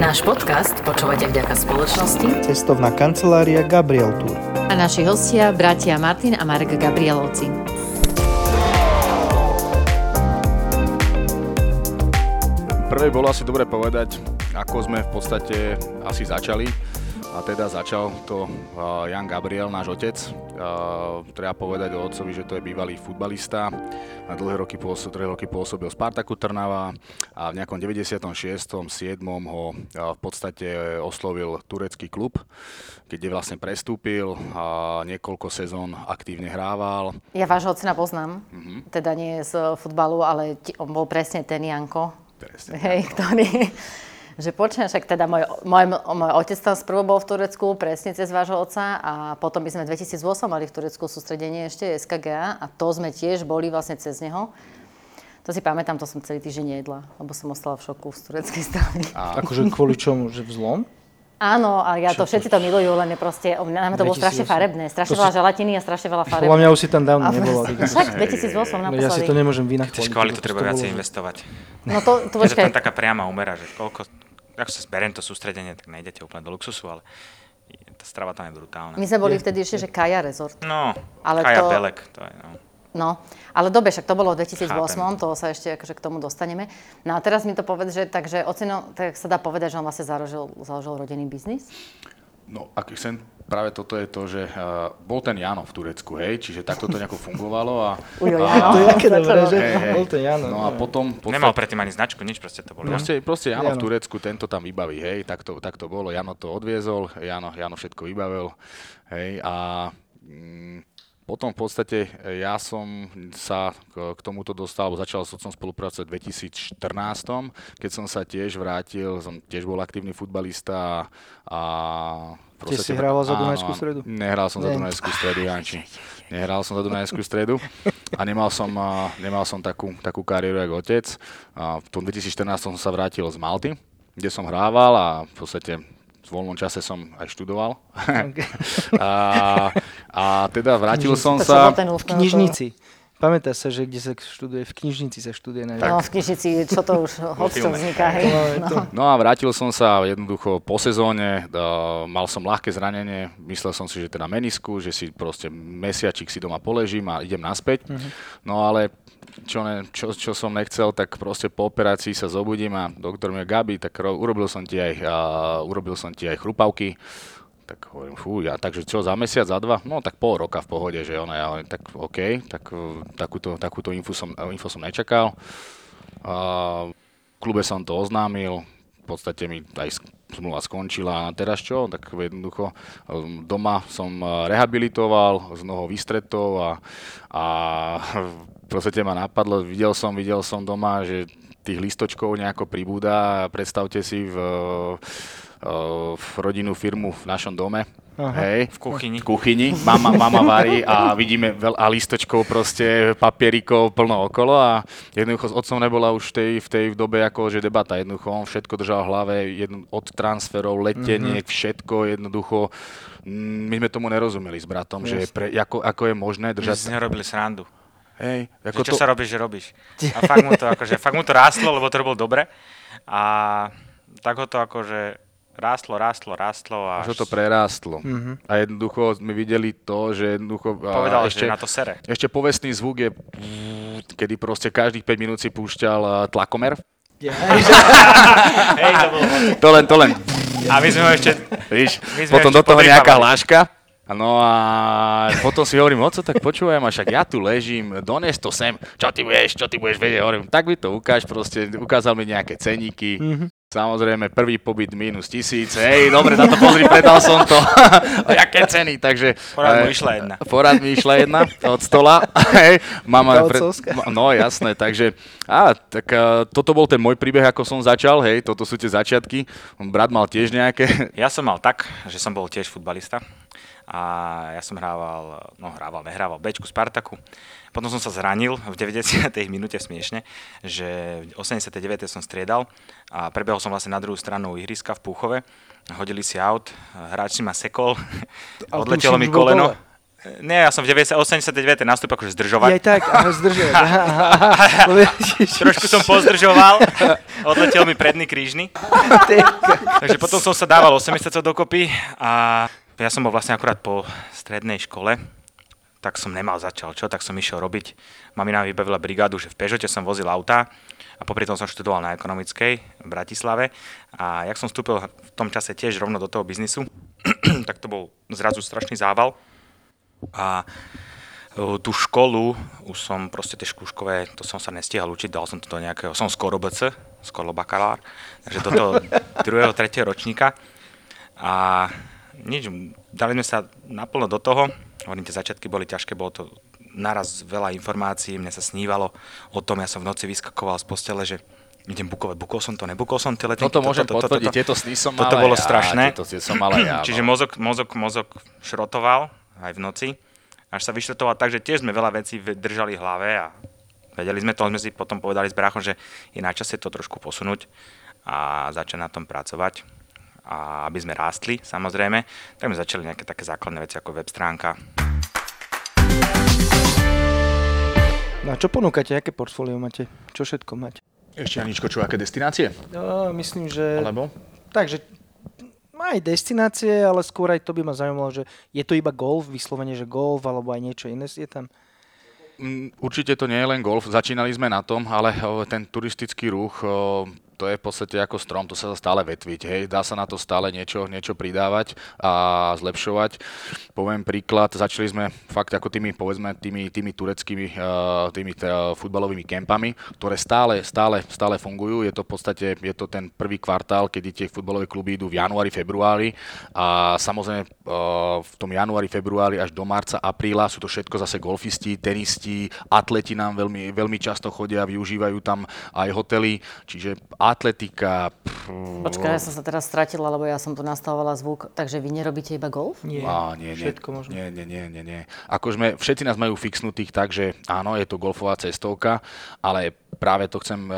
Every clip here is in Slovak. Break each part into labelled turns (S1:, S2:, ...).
S1: Náš podcast počúvate vďaka spoločnosti
S2: Cestovná kancelária Gabriel Tour.
S3: A naši hostia, bratia Martin a Marek Gabrielovci.
S4: Prvé bolo asi dobre povedať, ako sme v podstate asi začali. A teda začal to eh, Jan Gabriel, náš otec. Eh, Treba povedať o otcovi, že to je bývalý futbalista. Na dlhé roky pôsob, dlhé roky pôsobil v Spartaku Trnava a v nejakom 96. 7. ho eh, v podstate oslovil turecký klub, kde vlastne prestúpil a niekoľko sezón aktívne hrával.
S5: Ja vášho ocina poznám, teda nie z futbalu, ale ti, on bol presne ten Janko,
S4: Presne.
S5: hej, ktorý, že počne, však teda môj, môj, môj otec tam sprvo bol v Turecku, presne cez vášho oca a potom my sme v 2008 mali v Turecku sústredenie ešte SKGA a to sme tiež boli vlastne cez neho. To si pamätám, to som celý týždeň jedla, lebo som ostala v šoku z tureckej strany.
S2: A... Akože kvôli čomu, že vzlom?
S5: Áno, a ja to všetci to milujú, len je proste, o, nám to bolo strašne
S2: 2008.
S5: farebné, strašne
S2: To si-
S5: veľa želatiny a strašne veľa fareb.
S2: Podľa mňa už si tam dávno
S5: A
S2: nebola.
S5: proste-
S2: vidíš.
S5: Však 2008
S2: No
S5: naposledy.
S2: Ja si to nemôžem vynachváliť.
S6: Tiež kvalitu
S2: lebo
S6: treba
S2: to bolo,
S6: viacej
S2: že-
S6: investovať.
S5: No to, to
S6: Je to
S5: počkaj,
S6: tam taká priama úmera, že koľko, ako sa zberiem to sústredenie, tak nejdete úplne do luxusu, ale tá strava tam je brutálna.
S5: my sme boli vtedy ešte, že Kaja Resort.
S6: No,
S5: Ale
S6: Kaja
S5: to-
S6: Belek, to je, no.
S5: No, ale dobre, však to bolo v 2008,
S6: Chápem.
S5: to sa ešte akože k tomu dostaneme. No a teraz mi to povedz, že takže ocino, tak sa dá povedať, že on vlastne založil, založil rodinný biznis.
S4: No, aký sen? Práve toto je to, že uh, bol ten Jano v Turecku, hej, čiže takto to nejako fungovalo a...
S5: Ujo,
S4: a-
S5: Jano.
S2: To je aké dobré, že?
S4: Hej, hej.
S2: Bol to Jano.
S4: No a potom... v
S6: Nemal
S4: podstate-
S6: predtým ani značku, nič proste to bolo. no.
S4: Proste, proste Jano v
S2: No. Jano.
S4: Turecku, tento tam vybaví, hej, tak to, tak to bolo, Jano to odviezol, Jano, Jano všetko vybavil, hej, a mm, potom v podstate e, ja som sa k k tomuto dostal, alebo začal som spolupracovať v 2014, keď som sa tiež vrátil, som tiež bol aktívny futbalista a... proste
S2: si
S4: tak-
S2: hrával za
S4: áno,
S2: Dunajskú
S4: áno.
S2: stredu?
S4: Nehral som za
S2: Nie.
S4: Dunajskú stredu, Janči. Nehral som za Dunajskú stredu a nemal som, a, nemal som takú, takú kariéru ako otec. A v tom 2014 som sa vrátil z Malty, kde som hrával a v podstate v voľnom čase som aj študoval. a, a teda vrátil som
S5: To čo
S4: sa...
S5: bol ten
S2: V
S5: úsmev,
S2: knižnici. Pamätáš sa, že kde sa študuje? V knižnici sa študuje
S5: To...
S2: najviac.
S5: No v knižnici, čo to už hocom
S6: filme.
S5: vzniká, hej.
S4: No a vrátil som sa jednoducho po sezóne, uh, mal som ľahké zranenie, myslel som si, že teda menisku, že si proste mesiačik si doma poležím a idem naspäť. No ale čo, ne, čo, čo som nechcel, tak proste po operácii sa zobudím a doktor mi hovorí, Gabi, tak ro- urobil som ti aj, uh, urobil som ti aj chrupavky. Tak hovorím, fú, ja, takže čo, za mesiac, za dva? No tak pol roka v pohode, že ona, ja hovorím, tak OK, tak uh, takúto, takúto info, som, info som nečakal. A v klube som to oznámil, v podstate mi aj sk- zmluva skončila a teraz čo? Tak jednoducho um, doma som eh, rehabilitoval z nohou výstretov a, a proste ma napadlo, videl som, videl som doma, že tých listočkov nejako pribúda a predstavte si v, eh, v rodinnú firmu v našom dome. Hej,
S6: V kuchyni.
S4: v kuchyni, mama, mama varí a vidíme veľa listočkov proste, papierikov plno okolo a jednoducho s otcom nebola už v tej, v tej dobe ako, že debata, jednoducho on všetko držal v hlave, jedno, od transferov, leteniek, mm-hmm.
S6: Mhm.
S4: všetko jednoducho, mm, my sme tomu nerozumeli s bratom, yes. že pre, ako, ako je možné
S6: Že si
S4: držať...
S6: nerobili srandu.
S4: Hej, ako
S6: Že čo sa robíš, že robíš. A fakt mu to, akože, fakt mu to rástlo, lebo to robil dobre. A tak ho to akože rástlo, rástlo, rástlo a
S4: Až ho to prerástlo. A jednoducho sme videli to, že jednoducho... a
S6: Mhm. povedal,
S4: ešte,
S6: že na to sere.
S4: Ešte povestný zvuk je, kedy proste každých 5 minút si púšťal a, tlakomer.
S6: Hej, to bolo.
S4: To len, to len.
S6: A my sme ho ešte...
S4: Víš,
S6: My sme
S4: potom do
S6: ešte
S4: toho nejaká
S6: podrýpavali.
S4: hláška. No a potom si hovorím, oco, tak počúvaj ma, však ja tu ležím, dones to sem, čo ty budeš, čo ty budeš vedieť, hovorím, tak mi to ukáž, proste ukázal mi nejaké ceníky, Samozrejme, prvý pobyt minus tisíc, hej, dobre, na to pozri, predal som to, aké ceny, takže...
S6: Porad
S4: eh,
S6: mu išla jedna.
S4: Porad mi išla jedna od stola, hej, mama...
S2: Tá
S4: pre-
S2: otcovská.
S4: ma- No jasné, takže á, tak uh, toto bol ten môj príbeh, ako som začal, hej, toto sú tie začiatky. Brat mal tiež nejaké,
S6: Ja som mal tak, že som bol tiež futbalista a ja som hrával, no hrával, nehrával Bčku Spartaku. Potom som sa zranil v 90. minúte smiešne, že v 89. som striedal a prebehol som vlastne na druhú stranu ihriska v Púchove. Hodili si aut, hráč si ma sekol,
S2: A tu
S6: odletelo
S2: si
S6: mi
S2: už bol
S6: koleno.
S2: dole.
S6: Nie, ja som v 90, 89. nastúpil
S2: Je
S6: akože
S2: aj
S6: zdržovať.
S2: tak, aha, zdržuje. Aha, aha, aha.
S6: Trošku som pozdržoval, odletel mi predný krížny. Takže potom som sa dával 8 mesiacov dokopy a ja som bol vlastne akurát po strednej škole, tak som nemal začal čo, tak som išiel robiť. Mamina mi vybavila brigádu, že v Pežote som vozil auta a popri tom som študoval na ekonomickej v Bratislave a jak som vstúpil v tom čase tiež rovno do toho biznisu, tak to bol zrazu strašný zával a e, tú školu, už som proste tie škúškové, to som sa nestihal učiť, dal som to do nejakého, som skoro BC, skoro bakalár, takže do toho druhého, tretieho ročníka a nič, dali sme sa naplno do toho, hovorím, tie začiatky boli ťažké, bolo to naraz veľa informácií, mne sa snívalo o tom, ja som v noci vyskakoval z postele, že idem bukovať, bukol som to, nebukol som tie letenky.
S4: Toto No môžem potvrdiť, tieto sny som mal
S6: Toto
S4: aj
S6: bolo
S4: ja,
S6: strašné.
S4: tieto- tie som mal aj ja, no.
S6: Čiže mozog, mozog, mozog šrotoval aj v noci, až sa vyšrotoval tak, že tiež sme veľa vecí v- držali v hlave a vedeli sme to, ale sme si potom povedali s bráchom, že je na čase to trošku posunúť a začať na tom pracovať a aby sme rástli, samozrejme, tak sme začali nejaké také základné veci ako web stránka.
S2: No a čo ponúkate, aké portfólio máte? Čo všetko máte?
S4: Ešte Aničko, čo, aké destinácie?
S2: No, myslím, že...
S4: Alebo?
S2: Takže aj destinácie, ale skôr aj to by ma zaujímalo, že je to iba golf, vyslovene, že golf, alebo aj niečo iné je tam.
S4: Mm, Určite to nie je len golf, začínali sme na tom, ale o, ten turistický ruch, o, to je v podstate ako strom, to sa dá stále vetviť, hej, dá sa na to stále niečo, niečo pridávať a zlepšovať. Poviem príklad, začali sme fakt ako tými, povedzme, tými, tými tureckými, eh, tými eh, futbalovými kempami, ktoré stále, stále, stále fungujú, je to v podstate, je to ten prvý kvartál, kedy tie futbalové kluby idú v januári, februári a samozrejme eh, v tom januári, februári až do marca, apríla sú to všetko zase golfisti, tenisti, atleti nám veľmi, veľmi často chodia, využívajú tam aj hotely, čiže atletika, pff,
S5: Počkaj, ja som sa teraz stratila, lebo ja som tu nastavovala zvuk, takže vy nerobíte iba golf?
S2: Nie,
S4: Á, nie, nie.
S2: všetko možno.
S4: Nie, nie, nie, nie, nie. Ako sme, všetci nás majú fixnutých tak, že áno, je to golfová cestovka, ale práve to chcem eh, eh,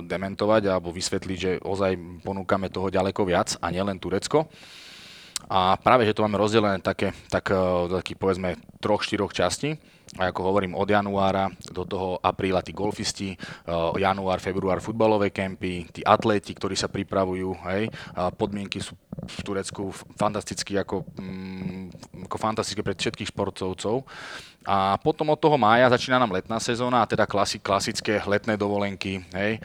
S4: dementovať alebo vysvetliť, že ozaj ponúkame toho ďaleko viac a nielen Turecko. A práve, že to máme rozdelené také, tak, eh, taký, povedzme, troch, štyroch častí. A ako hovorím, od januára do toho apríla tí golfisti, eh, január, február futbalové kempy, tí atléti, ktorí sa pripravujú, hej, a podmienky sú v Turecku f- fantasticky ako, mm, ako fantastické pre všetkých športovcov. A potom od toho mája začína nám letná sezóna, a teda klasi, klasické letné dovolenky, hej.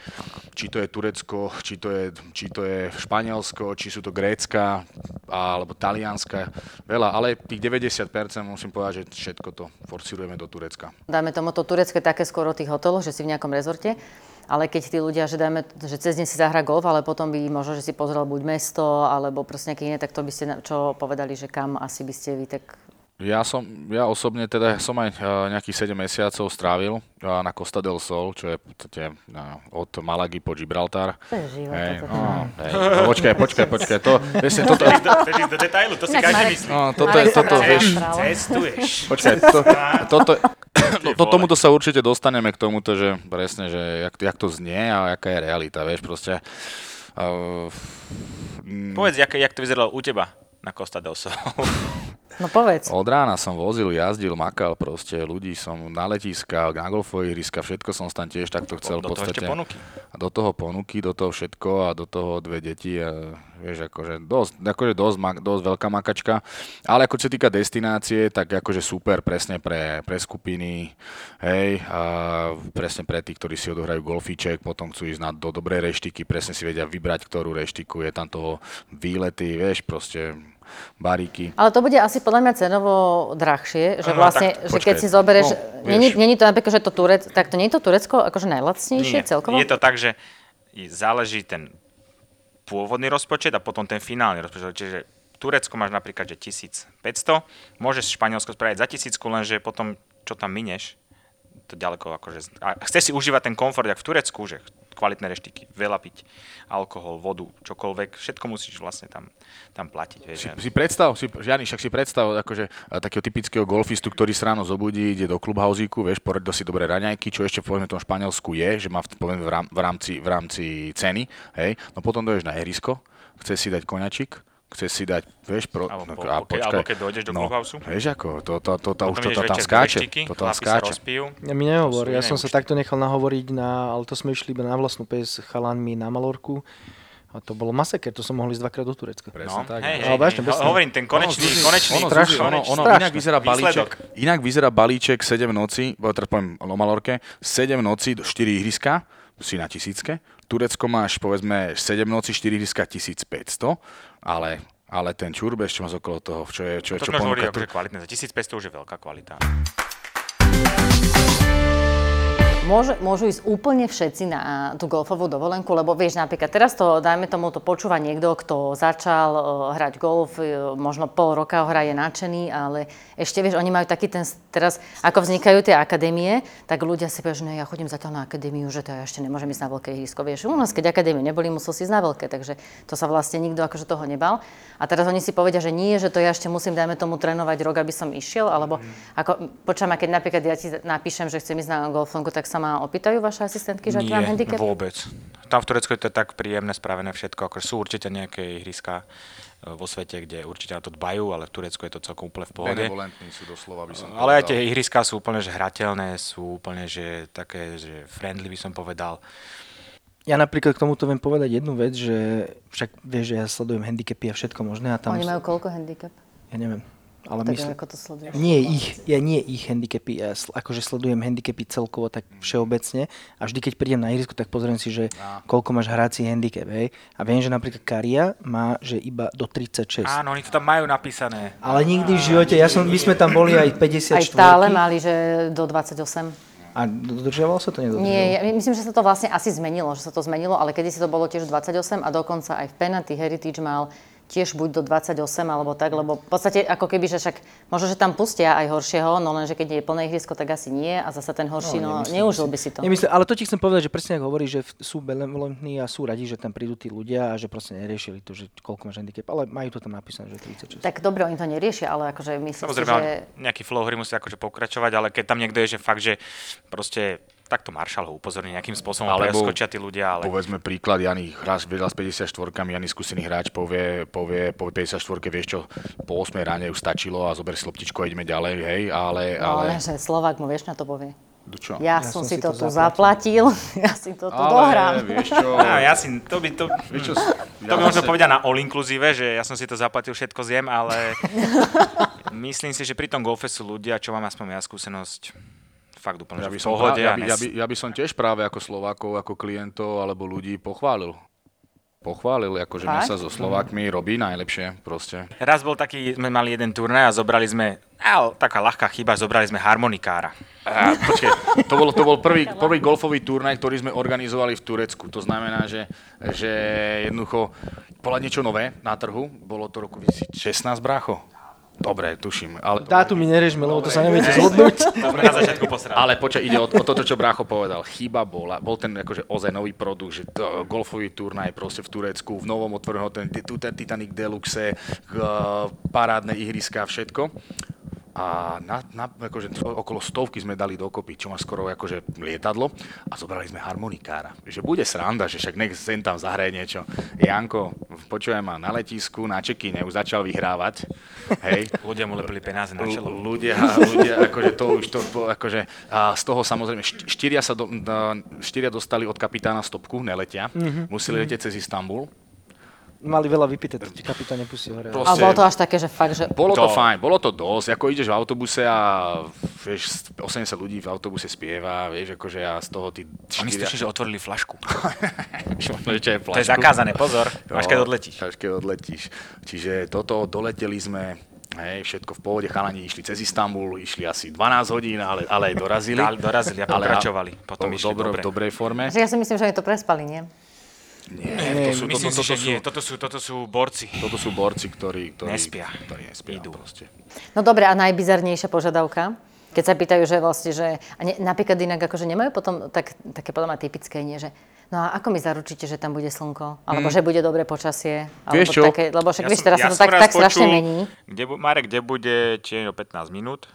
S4: Či to je Turecko, či to je, či to je Španielsko, či sú to Grécka, alebo Talianska, veľa, ale tých 90% musím povedať, že všetko to forcirujeme do Turecka.
S5: Dajme tomu to Turecko je také skoro o tých hoteloch, že si v nejakom rezorte, ale keď tí ľudia, že, dajme, že cez deň si zahra golf, ale potom by možno, že si pozrel buď mesto, alebo proste nejaké iné, tak to by ste na- čo povedali, že kam asi by ste vy tak...
S4: Ja som, ja osobne teda som aj eh, nejakých 7 mesiacov strávil eh, na Costa del Sol, čo je v podstate na- od Malagy po Gibraltar.
S5: To je život,
S4: Hej,
S5: toto.
S4: no, hej, no, počkaj, počkaj, počkaj, to, presne, toto,
S6: Chceš ísť do detailu, to si každý myslí.
S4: no, toto, je, toto, vieš,
S6: Cestuješ.
S4: Počkaj, to, toto, no, to, tomuto sa určite dostaneme k tomuto, že presne, že jak, jak to znie a aká je realita, vieš, proste. Uh,
S6: Povedz, jak, jak to vyzeralo u teba na Costa del Sol.
S5: No povedz.
S4: od rána som vozil, jazdil, makal proste, ľudí som na letiska, na golfové ihriska, všetko som tam tiež takto chcel. v
S6: Do toho
S4: podstate,
S6: ešte ponuky.
S4: A do toho ponuky, do toho všetko a do toho dve deti a vieš, akože dosť, akože dosť, ma, dosť veľká makačka. Ale ako čo sa týka destinácie, tak akože super presne pre, pre skupiny, hej, a presne pre tých, ktorí si odohrajú golfíček, potom chcú ísť na, do dobrej reštiky, presne si vedia vybrať, ktorú reštiku, je tam toho výlety, vieš, proste baríky.
S5: Ale to bude asi podľa mňa cenovo drahšie, že
S6: Aha,
S5: vlastne,
S6: tak
S5: že keď
S4: počkaj,
S5: si zoberieš,
S4: no, vieš.
S5: není, není to napríklad, že to Turec, tak to nie je to Turecko akože najlacnejšie celkovo?
S6: Je to tak, že i- záleží ten pôvodný rozpočet a potom ten finálny rozpočet. Čiže Turecko máš napríklad, že 1500, môžeš Španielsko spraviť za tisícku, lenže potom, čo tam mineš, to ďaleko akože... z- A chceš si užívať ten komfort, jak v Turecku, že kvalitné reštiky, veľa piť, alkohol, vodu, čokoľvek, všetko musíš vlastne tam, tam platiť. Vieš,
S4: Si,
S6: že-
S4: si predstav, si, Žiani, však si predstav akože, e, takého typického golfistu, ktorý sa ráno zobudí, ide do klubhauzíku, vieš, poradil si dobré raňajky, čo ešte povedzme v tom Španielsku je, že má v, povedzme, v, rám, v, rámci, v rámci ceny, hej, no potom doješ na ihrisko, chce si dať koňačik, chceš si dať, vieš, pro,
S6: Alebo
S4: no, a
S6: po- po- keď- alebo
S4: počkaj, no,
S6: keď dojdeš do clubhouse-u.
S4: vieš ako, to, to, to, to, už
S6: Potom
S4: to,
S6: ideš
S4: to tam
S6: večer do
S4: skáče,
S6: veštiky,
S4: to tam
S6: chlapi sa
S4: skáče.
S6: rozpijú.
S2: Ja mi nehovor,
S6: To sú
S2: ja
S6: iné
S2: som sa
S6: účty.
S2: takto nechal nahovoriť, na, ale to sme išli iba na vlastnú pes s chalanmi na Malorku. A to bolo masaker, to som mohol ísť dvakrát do Turecka.
S6: No,
S4: Presne tak.
S6: hej,
S4: no.
S6: hej,
S2: Ale vážne,
S6: hej,
S2: bez-
S6: hovorím, ten konečný,
S4: Zuzi,
S6: konečný,
S4: ono,
S2: strašne,
S4: Zuzi,
S6: konečný,
S4: ono, ono
S2: strašne.
S4: inak vyzerá balíček,
S6: Výsledok.
S4: inak vyzerá balíček 7 noci, bo teraz poviem o Malorke, 7 noci, 4 ihriska, si na tisícke. Turecko máš povedzme 7 noci, 4 ihriska 1500, ale, ale ten čurbeš, čo máš okolo toho, čo je, čo, je,
S6: To
S4: čo
S6: sme už hovorili,
S4: ponúka
S6: akože
S4: tu,
S6: kvalitné. Za 1500 už je veľká kvalita.
S5: Môže, môžu ísť úplne všetci na tú golfovú dovolenku, lebo vieš, napríklad teraz to, dajme tomu, to počúva niekto, kto začal e, hrať golf, e, možno pol roka ho hraje nadšený, ale ešte, vieš, oni majú taký ten, s- teraz, ako vznikajú tie akadémie, tak ľudia si povedia, že ne, ja chodím zatiaľ na akadémiu, že to ja ešte nemôžem ísť na veľké ihrisko. Vieš, u nás, keď akadémie neboli, musel si ísť na veľké, takže to sa vlastne nikto akože toho nebal. A teraz oni si povedia, že nie, že to ja ešte musím, dajme tomu, trénovať rok, aby som išiel, alebo
S2: Mm.
S5: ako, počujem, a keď napríklad ja ti napíšem, že chcem ísť na golfonku, tak sa ma opýtajú vaše asistentky, že aký mám handicap?
S6: vôbec. Tam v Turecku je to tak príjemne spravené všetko, akože sú určite nejaké ihriska e, vo svete, kde určite na to dbajú, ale v Turecku je to celkom úplne v pohode.
S4: benevolentní sú doslova, by som
S6: Ale aj
S4: povedal.
S6: tie ihriská sú úplne že hrateľné, sú úplne že také, že friendly by som povedal.
S2: Ja napríklad k tomuto viem povedať jednu vec, že však vieš, že ja sledujem handicapy a všetko možné a tam...
S5: Oni majú koľko handicap?
S2: Ja neviem, ale
S5: Tak
S2: myslím...
S5: ako to sleduješ?
S2: Nie ich, ja nie ich handicapy, ja sl- akože sledujem handicapy celkovo tak všeobecne a vždy, keď prídem na ihrisko, tak pozriem si, že koľko máš hráci handicap, hej. A viem, že napríklad Karia má, že iba do 36.
S6: Áno, oni to tam majú napísané.
S2: Ale nikdy v živote, ja som, my sme tam boli aj 54.
S5: Aj tále mali, že do 28.
S2: A dodržiavalo sa to? Nedodržiavalo?
S5: Nie, ja myslím, že sa to vlastne asi zmenilo, že sa to zmenilo, ale kedysi to bolo tiež 28 a dokonca aj v Penalty Heritage mal tiež buď do 28 alebo tak, lebo v podstate ako keby, že však možno, že tam pustia aj horšieho, no lenže keď je plné ihrisko, tak asi nie a zasa ten horší, no, neužil by si to.
S2: Nemyslím, ale to ti chcem povedať, že presne ako hovorí, že v- sú benevolentní a sú radi, že tam prídu tí ľudia a že proste neriešili to, že koľko máš handicap, ale majú to tam napísané, že 36.
S5: Tak dobre, oni to neriešia, ale akože myslím si,
S6: Samozrejme,
S5: že...
S6: ale nejaký flow hry musí akože pokračovať, ale keď tam niekto je, že fakt, že proste takto Marshall ho upozorní, nejakým spôsobom
S4: Alebo-
S6: preskočia tí ľudia, ale
S4: Povedzme príklad, Jani hráč vedel s 54-kami, Jani skúsený hráč povie, povie po 54-ke, vieš čo, po 8 ráne už stačilo a zober si loptičku a ideme ďalej, hej, ale...
S5: No,
S4: ale...
S5: lenže Slovák mu vieš na to povie.
S4: Čo?
S5: No, Ja, som, si to, tu zaplatil, ja si to tu dohrám.
S4: ale, vieš čo,
S6: No, ja si, to by, to,
S4: vieš čo,
S6: to by možno povedať na all inclusive, že ja som si to zaplatil, všetko zjem, ale myslím si, že pri tom golfe sú ľudia, čo mám aspoň ja skúsenosť, fakt
S4: Ja
S6: úplne že
S4: by,
S6: v
S4: som práve,
S6: pohode.
S4: ja,
S6: a
S4: by,
S6: nes-
S4: ja, by, ja by som tiež práve ako Slovákov, ako klientov alebo ľudí pochválil. Pochválil, akože mne
S5: Fakt?
S4: sa so Slovákmi robí najlepšie proste.
S6: Raz bol taký, sme mali jeden turnaj a zobrali sme, ale taká ľahká chyba, zobrali sme harmonikára.
S4: A, počkej, to bol, to bol prvý, prvý golfový turnaj, ktorý sme organizovali v Turecku. To znamená, že, že jednoducho bola niečo nové na trhu. Bolo to roku 2016, brácho? Dobre, tuším. Ale,
S2: Dátu mi neriežme, lebo to sa neviete zhodnúť.
S6: To sme na začiatku posrali.
S4: ale počkaj, ide o, o toto, čo brácho povedal. Chyba bola, bol ten akože ozaj nový produkt, že to, golfový turnaj proste v Turecku, v novom otvorenom, ten, tu ten Titanic Deluxe, k, parádne ihriska, všetko a na, na, akože to- okolo stovky sme dali dokopy, čo má skoro akože lietadlo a zobrali sme harmonikára. Že bude sranda, že však nech sem tam zahraje niečo. Janko, počujem ma, na letisku, na čekine už začal vyhrávať. Hej.
S6: Ľudia mu lepili peniaze na čelo.
S4: L- ľudia, ľudia, akože to už to, bolo, akože a z toho samozrejme, št- štyria, sa do, na- štyria dostali od kapitána stopku, neletia, museli letieť cez Istanbul.
S2: Mali veľa vypité, to ti kapitán nepustí hore.
S5: A bolo to až také, že fakt, že
S4: Bolo to
S6: To-
S4: fajn, bolo to dosť, ako ideš v autobuse a vieš, 80 ľudí v autobuse spieva, vieš, akože a z toho ty
S6: Oni strašne, že otvorili flašku.
S4: to
S6: To je zakázané, pozor, až keď odletíš.
S4: Až keď odletíš. Čiže toto, doleteli sme, hej, všetko v pohode, chalani išli cez Istanbul, išli asi 12 hodín, ale, ale aj dorazili.
S6: Ale dorazili a
S4: Ale-
S6: pokračovali, potom
S4: v
S6: išli
S4: v
S6: dobre.
S4: dobrej forme.
S5: Že ja si myslím, že oni to prespali, nie?
S4: Nie, to sú, toto,
S6: Myslím si,
S4: toto,
S6: že
S4: sú,
S6: nie, toto sú, toto sú borci.
S4: toto sú borci, ktorí, ktorí
S6: Nespia.
S4: Ktorí nespia,
S6: Idú.
S4: proste.
S5: No dobre, a najbizarnejšia požiadavka? Keď sa pýtajú, že vlastne, že... A ne, napríklad inak, akože nemajú potom tak, také podľa mňa typické, nie, že... No a ako mi zaručíte, že tam bude slnko? Alebo že bude dobré počasie? Alebo
S4: Mm. Vieš čo?
S5: Také, lebo však vieš,
S6: som-
S5: teraz sa to
S6: som
S5: tak,
S6: raz
S5: tak strašne
S6: počul,
S5: mení.
S6: Kde, bu- Marek, kde bude tieň o 15 minút?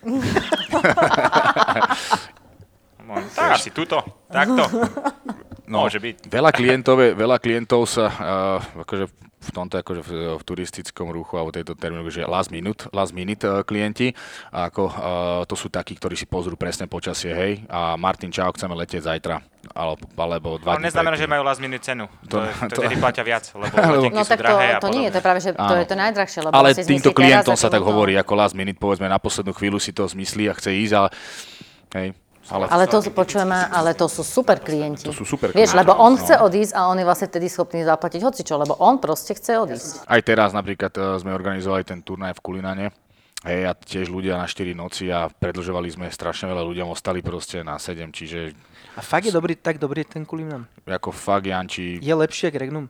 S6: No, tak asi tuto, takto. No, môže byť.
S4: Veľa klientov, je- veľa klientov sa uh, akože v tomto akože v, v turistickom ruchu alebo tejto termínu, že last minute, last minute uh, klienti, a ako uh, to sú takí, ktorí si pozrú presne počasie, hej, a Martin Čau, chceme letieť zajtra, alebo, alebo dva
S6: Ale
S4: dní
S6: neznamená, že
S4: predtým.
S6: majú last minute cenu. To,
S4: To-
S6: to,
S4: to-
S6: to, platia viac, lebo letenky
S5: No
S6: sú
S5: tak to,
S6: drahé a
S5: to nie je, to je práve, že to
S4: Áno.
S5: je to najdrahšie. Lebo vlastne
S4: Ale
S5: si zmyslíte
S4: týmto
S5: raz
S4: klientom
S5: a
S4: sa tak
S5: týmto-
S4: hovorí, ako last minute, povedzme, na poslednú chvíľu si to zmyslí a chce ísť, ale hej, ale,
S5: Ale to počujeme, ale to sú super klienti.
S4: To sú super
S5: Vieš,
S4: klienti,
S5: lebo on
S4: no.
S5: chce odísť a on je vlastne vtedy schopný zaplatiť hocičo, lebo on proste chce odísť.
S4: Aj teraz napríklad eh, sme organizovali ten turnaj v Kulinane. Hej, a tiež ľudia na 4 noci a predlžovali sme strašne veľa ľuďom, ostali proste na 7, čiže
S2: A fakt je dobrý, tak dobrý je ten kulinam.
S4: ako fakt Janči,
S2: Je lepšie ako Regnum?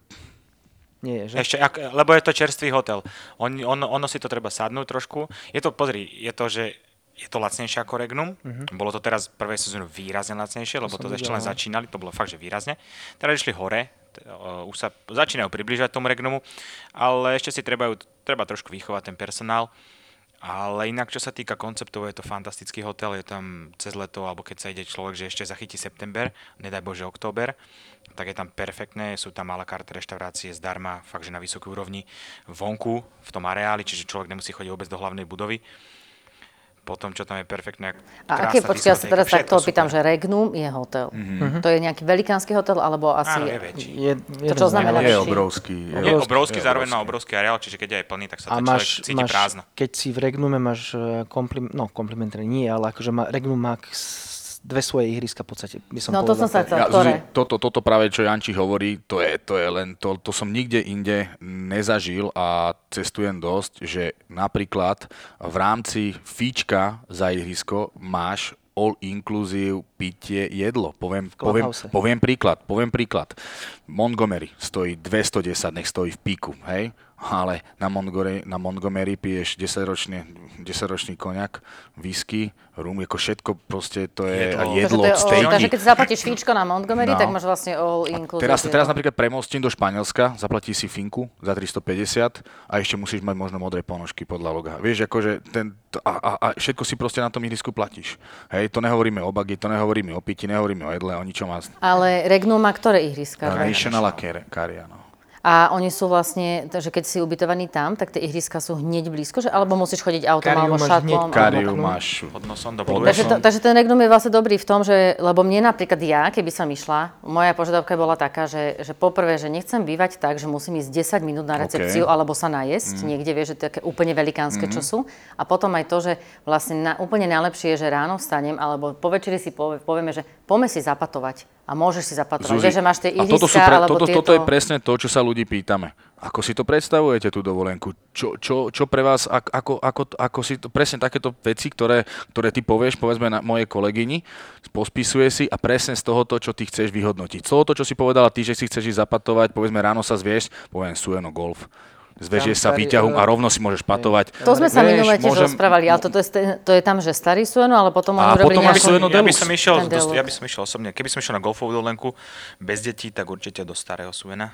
S2: Nie je, že?
S6: Ešte, ak, lebo je to čerstvý hotel. On, on, ono si to treba sadnúť trošku. Je to, pozri, je to, že je to lacnejšie ako Regnum. Mm-hmm. Bolo to teraz prvé sezónu výrazne lacnejšie, lebo to, to ešte len začínali, to bolo fakt, že výrazne. Teraz išli hore, t- o, už sa začínajú približovať tomu Regnumu, ale ešte si treba, treba trošku vychovať ten personál. Ale inak, čo sa týka konceptov, je to fantastický hotel, je tam cez leto, alebo keď sa ide človek, že ešte zachytí september, nedaj Bože október, tak je tam perfektné, sú tam a la carte reštaurácie zdarma, fakt, že na vysokej úrovni, vonku, v tom areáli, čiže človek nemusí chodiť vôbec do hlavnej budovy. Potom, čo tam je perfektné,
S5: A aké,
S6: krásna
S5: počkaj, ja sa
S6: diskotéka,
S5: teraz
S6: všetko
S5: takto
S6: super. Mhm.
S5: opýtam, že Regnum je hotel. Mm-hmm. To je nejaký velikánsky hotel, alebo asi...
S6: Áno, je väčší.
S2: Je,
S5: To čo znamená
S4: je
S5: väčší?
S4: obrovský.
S6: Je obrovský, zároveň má obrovský areál, čiže keď je aj plný, tak sa
S2: A
S6: to
S2: máš,
S6: človek cíti
S2: máš
S6: prázdno.
S2: keď si v Regnume máš eh, komplim, no komplimentary nie, ale akože má, Regnum má k- s- dve svoje ihriska v podstate. By som
S5: No to
S2: povedal.
S5: som sa chcel,
S4: Ja,
S5: ktoré?
S4: Zuzi, toto, toto práve, čo Janči hovorí, to je, to je len, to, to som nikde inde nezažil a cestujem dosť, že napríklad v rámci fíčka za ihrisko máš all inclusive pitie, jedlo. Poviem, poviem,
S2: clubhouse.
S4: poviem príklad, poviem príklad. Montgomery stojí 210, nech stojí v píku, hej? Ale na Montgomery, na Montgomery piješ 10-ročný, 10-ročný koniak, whisky, rum, ako všetko proste to
S5: Takže
S4: je a
S6: Jedlo.
S5: to
S4: jedlo,
S5: je
S4: jedlo
S5: all-
S4: stejky.
S5: Takže keď si zaplatíš fíčko na Montgomery,
S4: No.
S5: tak máš vlastne all inclusive.
S4: Teraz, teraz
S5: jedlo.
S4: napríklad premostím do Španielska, zaplatí si finku za 350 a ešte musíš mať možno modré ponožky podľa loga. Vieš, akože ten, to, a, a, a všetko si proste na tom ihrisku platíš. Hej, to nehovoríme o bagi, to nehovoríme o piti, nehovoríme o jedle, o ničom vás.
S5: Ale Regnum má ktoré
S4: No,
S5: ihriska? že?
S4: National Karia, no.
S5: A oni sú vlastne, takže keď si ubytovaný tam, tak tie ihriska sú hneď blízko, že, alebo musíš chodiť autom,
S2: Kariu
S5: alebo
S2: máš
S5: šatlom.
S2: hneď
S5: alebo-
S4: Kariu máš
S6: Pod nosom do
S5: Takže, to,
S6: Bluesom.
S5: takže ten Regnum je vlastne dobrý v tom, že, lebo mne napríklad ja, keby som išla, moja požiadavka bola taká, že, že poprvé, že nechcem bývať tak, že musím ísť 10 minút na recepciu
S4: OK. Mhm.
S5: alebo sa najesť, niekde vieš, že to je také úplne velikánske, čo sú. A potom aj to, že vlastne na, úplne najlepšie je, že ráno vstanem, alebo po večeri si pove, povieme, že poďme si zapatovať. A môžeš si zapatovať, vieš, že máš tie
S4: a toto, sú
S5: ihriska,
S4: pre,
S5: alebo
S4: toto,
S5: tieto...
S4: toto je presne to, čo sa ľudí pýtame. Ako si to predstavujete, tú dovolenku? Čo, čo, čo pre vás, ak- ako, ako, ako si to, presne takéto veci, ktoré, ktoré ty povieš, povedzme na mojej kolegyni, pospisuje si a presne z toho, čo ty chceš vyhodnotiť. Z toho, čo si povedala ty, že si chceš íť zapatovať, povedzme ráno sa zvieš, poviem sujeno golf. Zvežieš sa
S2: Tam starý,
S4: výťahom
S2: eh,
S4: a rovno si môžeš patovať.
S5: To sme sa
S4: Vieš,
S5: minule tiež
S4: môžem-
S5: rozprávali, ale toto je, ste- to je tam, že starý Sueno, ale potom
S4: A
S5: oni robili
S4: potom máš
S5: nejakú...
S4: Sueno
S6: ja by
S4: Deluxe.
S6: som išiel,
S5: Ten
S6: do,
S5: Deluxe.
S6: ja by som išiel osobne, keby som išiel na golfovú dovolenku bez detí, tak určite do starého Suena,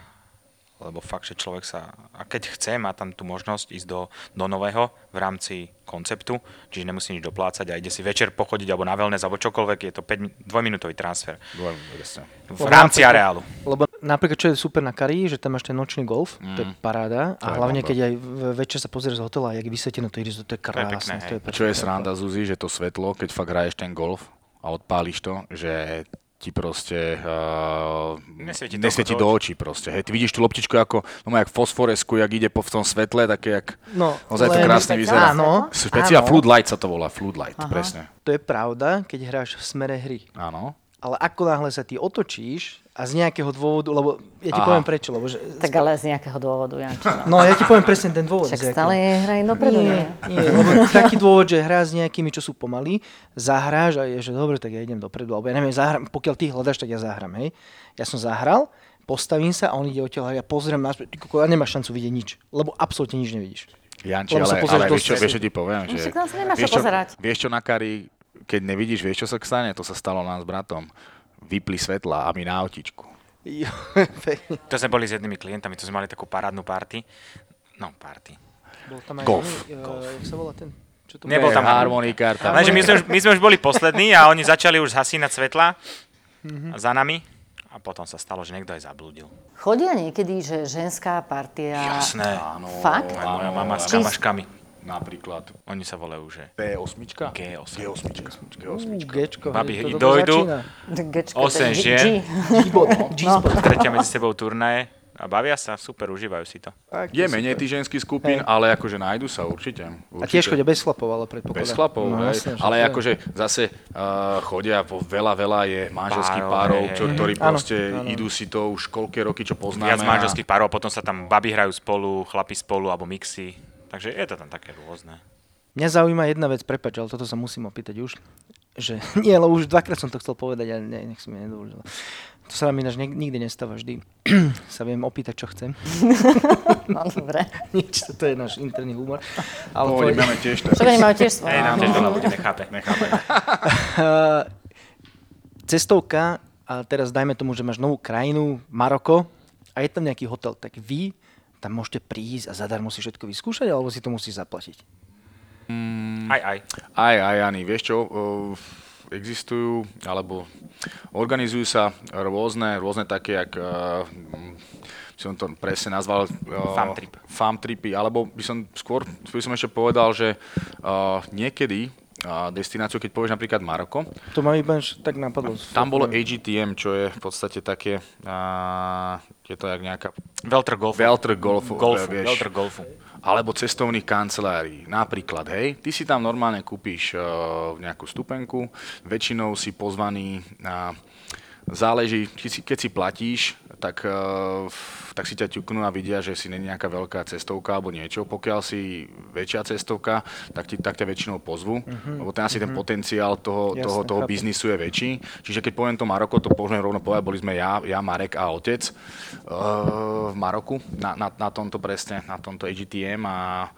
S6: lebo fakt, že človek sa, a keď chce, má tam tú možnosť ísť do, do nového v rámci konceptu, čiže nemusí nič doplácať a ide si večer pochodiť alebo na wellness alebo čokoľvek, je to 5, dvojminútový transfer
S4: Dvojem, presne.
S6: v rámci areálu.
S2: Lebo napríklad, čo je super na Karii, že tam máš ten nočný golf, mm. to je paráda.
S4: To
S2: A
S4: je
S2: hlavne,
S4: bomba.
S2: keď aj v- večer sa pozrieš z hotela, jak vysvetie na to ihrisko, to je krásne.
S6: pekné,
S2: To je
S6: hej.
S2: perfektné.
S4: Čo je sranda, Zuzi, že to svetlo, keď fakt hraješ ten golf a odpáliš to, že ti proste uh,
S6: Nesvieti toľko
S4: nesvieti
S6: do
S4: do očí proste. Hej, ty vidíš tú loptičku ako, no má jak fosforesku, jak ide po v tom svetle, také jak...
S2: No,
S4: Ozaj to
S2: len-
S4: krásne vyzerá.
S2: Áno,
S4: Špecia
S2: áno.
S4: floodlight sa to volá, floodlight, presne.
S2: To je pravda, keď hráš v smere hry.
S4: Áno.
S2: Ale ako náhle sa ty otočíš a z nejakého dôvodu, lebo ja ti
S4: Aha.
S2: poviem prečo, lebo že...
S5: Tak ale z nejakého dôvodu, Janči. no.
S2: No ja ti poviem presne ten dôvod.
S5: Však
S2: z jakého.
S5: stále je hraj dopredu, no. nie?
S2: Nie, nie, lebo taký dôvod, že hrá s nejakými, čo sú pomalí, zahráš a je, že dobre, tak ja idem dopredu, alebo ja neviem, zahrám, pokiaľ ty hľadáš, tak ja zahrám, hej. Ja som zahral, postavím sa a on ide odtiaľ a ja pozriem naspäť, ty koko, ja nemáš šancu vidieť nič, lebo absolútne nič nevidíš.
S4: Janči,
S2: Lebo sa
S4: ale,
S2: pozrieš
S4: ale
S2: do
S4: vieš, čo,
S2: strechy.
S4: vieš, čo ti poviem? Že,
S5: No, však tam sa nemáš čo
S4: vieš, čo,
S5: pozerať.
S4: vieš čo na kari, keď nevidíš, vieš čo sa stane? To sa stalo nám s bratom. Vypli svetla a my na autičku.
S2: Jo, pekne.
S6: To sme boli s jednými klientami, to sme mali takú parádnu party, no party.
S2: Bol tam aj
S4: Golf.
S2: oný, eh, jak sa volá ten, čo to
S6: Nebol
S4: Hej,
S6: tam
S4: harmonikár. tam-
S6: Lenže my sme, už, my sme už boli poslední a oni začali už zhasínať svetla za nami a a potom sa stalo, že niekto aj zablúdil.
S5: Chodia niekedy, že ženská partia...
S6: Jasné.
S4: Áno,
S5: Fakt?
S6: Aj
S4: áno,
S6: moja mama s
S5: Čís-
S6: kamaškami.
S4: Napríklad
S6: Oni sa volajú, že
S4: P8?
S6: G8.
S4: G8. G8.
S2: Ú, Gečko,
S6: Babi,
S2: to dobre
S6: dojdu.
S2: začína.
S5: Gečko,
S6: Osem
S5: to je G-
S6: žien.
S5: G.
S2: G-bod, G-spot.
S6: stretia medzi sebou turnaje a bavia sa, super, užívajú si to.
S4: Je menej tých ženských skupín,
S2: Hej.
S4: ale akože nájdu sa určite. určite.
S2: A tiež chodia bez chlapov, ale predpokladám.
S4: Bez chlapov, no, hej.
S2: jasné, že
S4: ale
S2: to je.
S4: akože zase uh, chodia po veľa, veľa je manželských
S6: Párov,
S4: párov,
S6: hej,
S4: čo,
S6: hej.
S4: ktorí
S2: Áno,
S4: proste
S2: áno.
S4: idú si to už koľké roky, čo poznáme.
S6: Viac
S4: a-
S6: manželských párov, potom sa tam baby hrajú spolu, chlapi spolu alebo mixy. Takže je to tam také rôzne.
S2: Mňa zaujíma jedna vec, prepač, ale toto sa musím opýtať už. Že, nie, lebo už dvakrát som to chcel povedať, ale ne, nech som mi nedovolil. To sa nám ináč nik- nikdy nestáva, vždy sa viem opýtať, čo chcem.
S5: No, dobre.
S2: Nič, toto je náš interný humor. Ale
S4: Pohode,
S2: to-
S4: máme tiež
S5: Však
S4: také.
S5: oni majú tiež svoje.
S6: Hej, nám tiež veľa ľudí nechápe.
S4: Necháme.
S2: Eh, cestovka, a teraz dajme tomu, že máš novú krajinu, Maroko, a je tam nejaký hotel, tak vy tam môžete prísť a zadarmo si všetko vyskúšať, alebo si to musíš zaplatiť.
S6: Aj, aj.
S4: Aj, aj, Ani, vieš čo, eh, existujú, alebo organizujú sa rôzne, rôzne také, jak, eh, hm, by som to presne nazval, eh,
S6: Fam trip.
S4: fam tripy, alebo by som skôr, by som ešte povedal, že eh, niekedy eh, destináciu, keď povieš napríklad Maroko,
S2: To ma iba až tak napadlo.
S4: tam bolo AGTM, čo je v podstate také, eh, je to jak nejaká
S6: Veltr golfu.
S4: Veltr golfu,
S6: golfu.
S4: vieš.
S6: Veltr golfu.
S4: alebo cestovných kancelárií. Napríklad, hej, ty si tam normálne kúpiš eh, nejakú stupenku, väčšinou si pozvaný na... Záleží, keď si, keď si platíš, tak, eh, f- tak si ťa ťuknú a vidia, že si není nejaká veľká cestovka alebo niečo. Pokiaľ si väčšia cestovka, tak, ti, tak ťa väčšinou pozvu,
S6: Mhm,
S4: lebo ten asi ten potenciál toho,
S2: Jasné,
S4: toho, toho
S2: chápem.
S4: biznisu biznisu je väčší. Čiže keď poviem to Maroko, to môžem rovno povedať, boli sme ja, ja Marek a otec uh, v Maroku, na, na, na tomto presne, na tomto AGTM a